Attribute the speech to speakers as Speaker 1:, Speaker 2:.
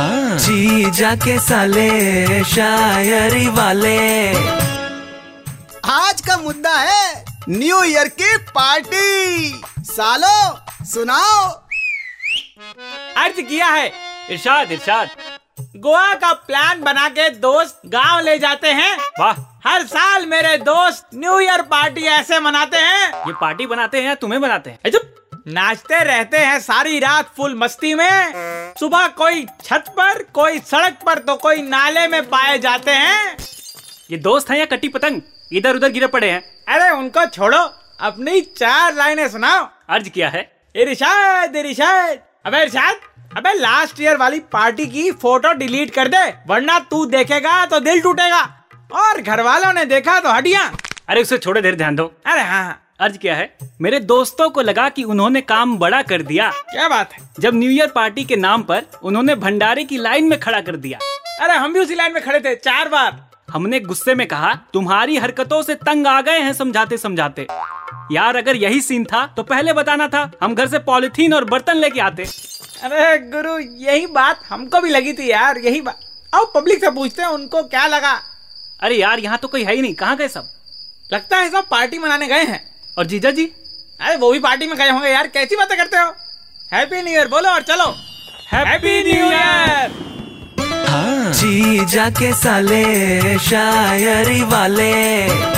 Speaker 1: जी जाके साले शायरी वाले
Speaker 2: आज का मुद्दा है न्यू ईयर की पार्टी सालो सुनाओ
Speaker 3: अर्ज किया है इरशाद इरशाद गोवा का प्लान बना के दोस्त गांव ले जाते हैं वाह हर साल मेरे दोस्त न्यू ईयर पार्टी ऐसे मनाते हैं ये पार्टी बनाते हैं या तुम्हें बनाते हैं अजब नाचते रहते हैं सारी रात फुल मस्ती में सुबह कोई छत पर कोई सड़क पर तो कोई नाले में पाए जाते हैं ये दोस्त हैं या कट्टी पतंग इधर उधर गिरे पड़े हैं अरे उनको छोड़ो अपनी चार लाइनें सुनाओ अर्ज किया है इरशाद इरशाद अबे इरशाद अबे लास्ट ईयर वाली पार्टी की फोटो डिलीट कर दे वरना तू देखेगा तो दिल टूटेगा और घर वालों ने देखा तो हड्डियां
Speaker 4: अरे उसे छोड़े देर ध्यान दो
Speaker 3: अरे हाँ हाँ,
Speaker 4: अर्ज क्या है मेरे दोस्तों को लगा कि उन्होंने काम बड़ा कर दिया
Speaker 3: क्या बात है
Speaker 4: जब न्यू ईयर पार्टी के नाम पर उन्होंने भंडारे की लाइन में खड़ा कर दिया
Speaker 3: अरे हम भी उसी लाइन में खड़े थे चार बार
Speaker 4: हमने गुस्से में कहा तुम्हारी हरकतों से तंग आ गए हैं समझाते समझाते यार अगर यही सीन था तो पहले बताना था हम घर से पॉलिथीन और बर्तन लेके आते
Speaker 3: अरे गुरु यही बात हमको भी लगी थी यार यही बात आओ पब्लिक से पूछते हैं उनको क्या लगा
Speaker 4: अरे यार यहाँ तो कोई है ही नहीं कहाँ गए सब
Speaker 3: लगता है सब पार्टी मनाने गए हैं
Speaker 4: और जीजा जी
Speaker 3: अरे वो भी पार्टी में गए होंगे यार कैसी बातें करते हो हैप्पी न्यू ईयर बोलो और चलो हैप्पी न्यू ईयर
Speaker 1: जी जाके साले शायरी वाले